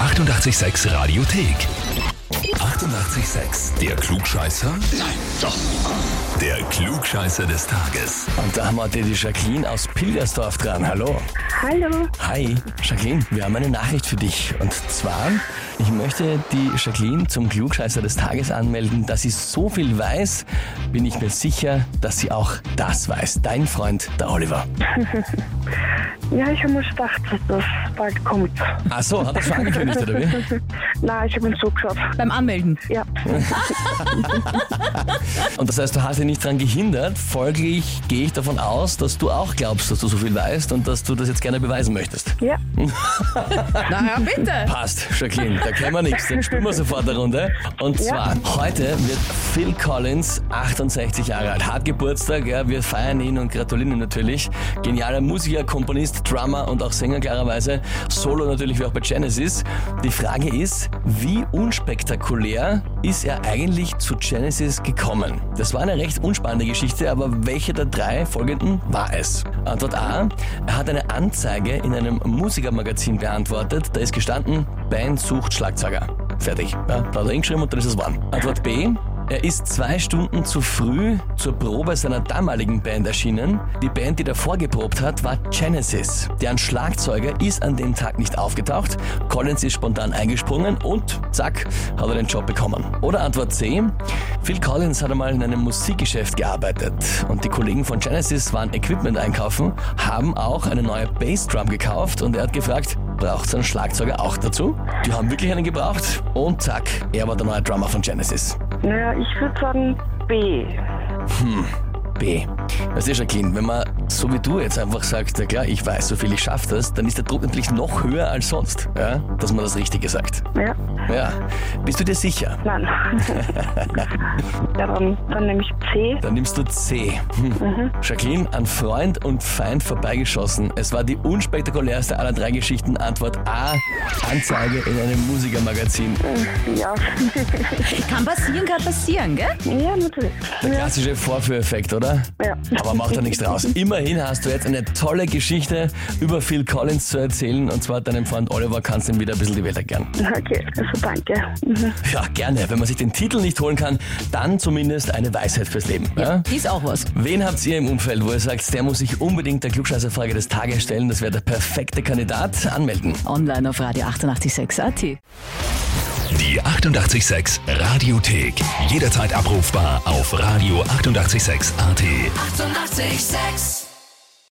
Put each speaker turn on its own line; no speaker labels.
886 Radiothek. 88,6. Der Klugscheißer? Nein, doch. Der Klugscheißer des Tages.
Und da haben wir die Jacqueline aus Pilgersdorf dran. Hallo.
Hallo.
Hi, Jacqueline. Wir haben eine Nachricht für dich. Und zwar, ich möchte die Jacqueline zum Klugscheißer des Tages anmelden. Dass sie so viel weiß, bin ich mir sicher, dass sie auch das weiß. Dein Freund, der Oliver.
Ja, ich habe mir gedacht, dass das bald kommt.
Ach so, hat er schon angekündigt, oder wie?
Nein, ich habe ihn zugeschaut.
Beim Anmelden.
Ja,
Und das heißt, du hast ihn nicht daran gehindert. Folglich gehe ich davon aus, dass du auch glaubst, dass du so viel weißt und dass du das jetzt gerne beweisen möchtest.
ja.
Na ja, bitte.
Passt, Jacqueline, da können wir nichts. Dann spielen wir sofort eine Runde. Und zwar, heute wird Phil Collins 68 Jahre alt. Hat Geburtstag, ja, wir feiern ihn und gratulieren ihm natürlich. Genialer Musiker, Komponist, Drummer und auch Sänger klarerweise. Solo natürlich wie auch bei Genesis. Die Frage ist, wie unspektakulär ist er eigentlich zu Genesis gekommen? Das war eine recht unspannende Geschichte, aber welche der drei folgenden war es? Antwort A. Er hat eine Anzeige in einem Musikermagazin beantwortet. Da ist gestanden, Band sucht Schlagzeuger. Fertig. Ja, da hat er hingeschrieben und dann ist es warm. Antwort B. Er ist zwei Stunden zu früh zur Probe seiner damaligen Band erschienen. Die Band, die davor geprobt hat, war Genesis. Deren Schlagzeuger ist an dem Tag nicht aufgetaucht. Collins ist spontan eingesprungen und zack, hat er den Job bekommen. Oder Antwort C. Phil Collins hat einmal in einem Musikgeschäft gearbeitet und die Kollegen von Genesis waren Equipment einkaufen, haben auch eine neue Bassdrum gekauft und er hat gefragt, braucht seinen Schlagzeuger auch dazu? Die haben wirklich einen gebraucht und zack, er war der neue Drummer von Genesis.
Naja, ich würde sagen B.
B. Weißt du, Jacqueline, wenn man so wie du jetzt einfach sagt, ja klar, ich weiß so viel, ich schaff das, dann ist der Druck natürlich noch höher als sonst, ja, dass man das Richtige sagt.
Ja,
Ja. Bist du dir sicher?
nein. ja, dann, dann nehme ich C.
Dann nimmst du C. Hm.
Mhm.
Jacqueline, an Freund und Feind vorbeigeschossen. Es war die unspektakulärste aller drei Geschichten. Antwort A. Anzeige in einem Musikermagazin.
Ja,
Kann passieren, kann passieren, gell?
ja natürlich.
Der klassische Vorführeffekt, oder?
Ja.
Aber macht da nichts draus. Immerhin hast du jetzt eine tolle Geschichte über Phil Collins zu erzählen. Und zwar deinem Freund Oliver kannst du ihm wieder ein bisschen die Welt erklären.
Okay, also danke. Mhm.
Ja, gerne. Wenn man sich den Titel nicht holen kann, dann zumindest eine Weisheit fürs Leben. Ja?
Ist auch was.
Wen habt ihr im Umfeld, wo ihr sagt, der muss sich unbedingt der Klugscheißerfrage des Tages stellen? Das wäre der perfekte Kandidat. Anmelden.
Online auf Radio 886 AT.
Die 88,6 Radiothek. Jederzeit abrufbar auf radio886.at. 88,6.
Eighty-eight, sex.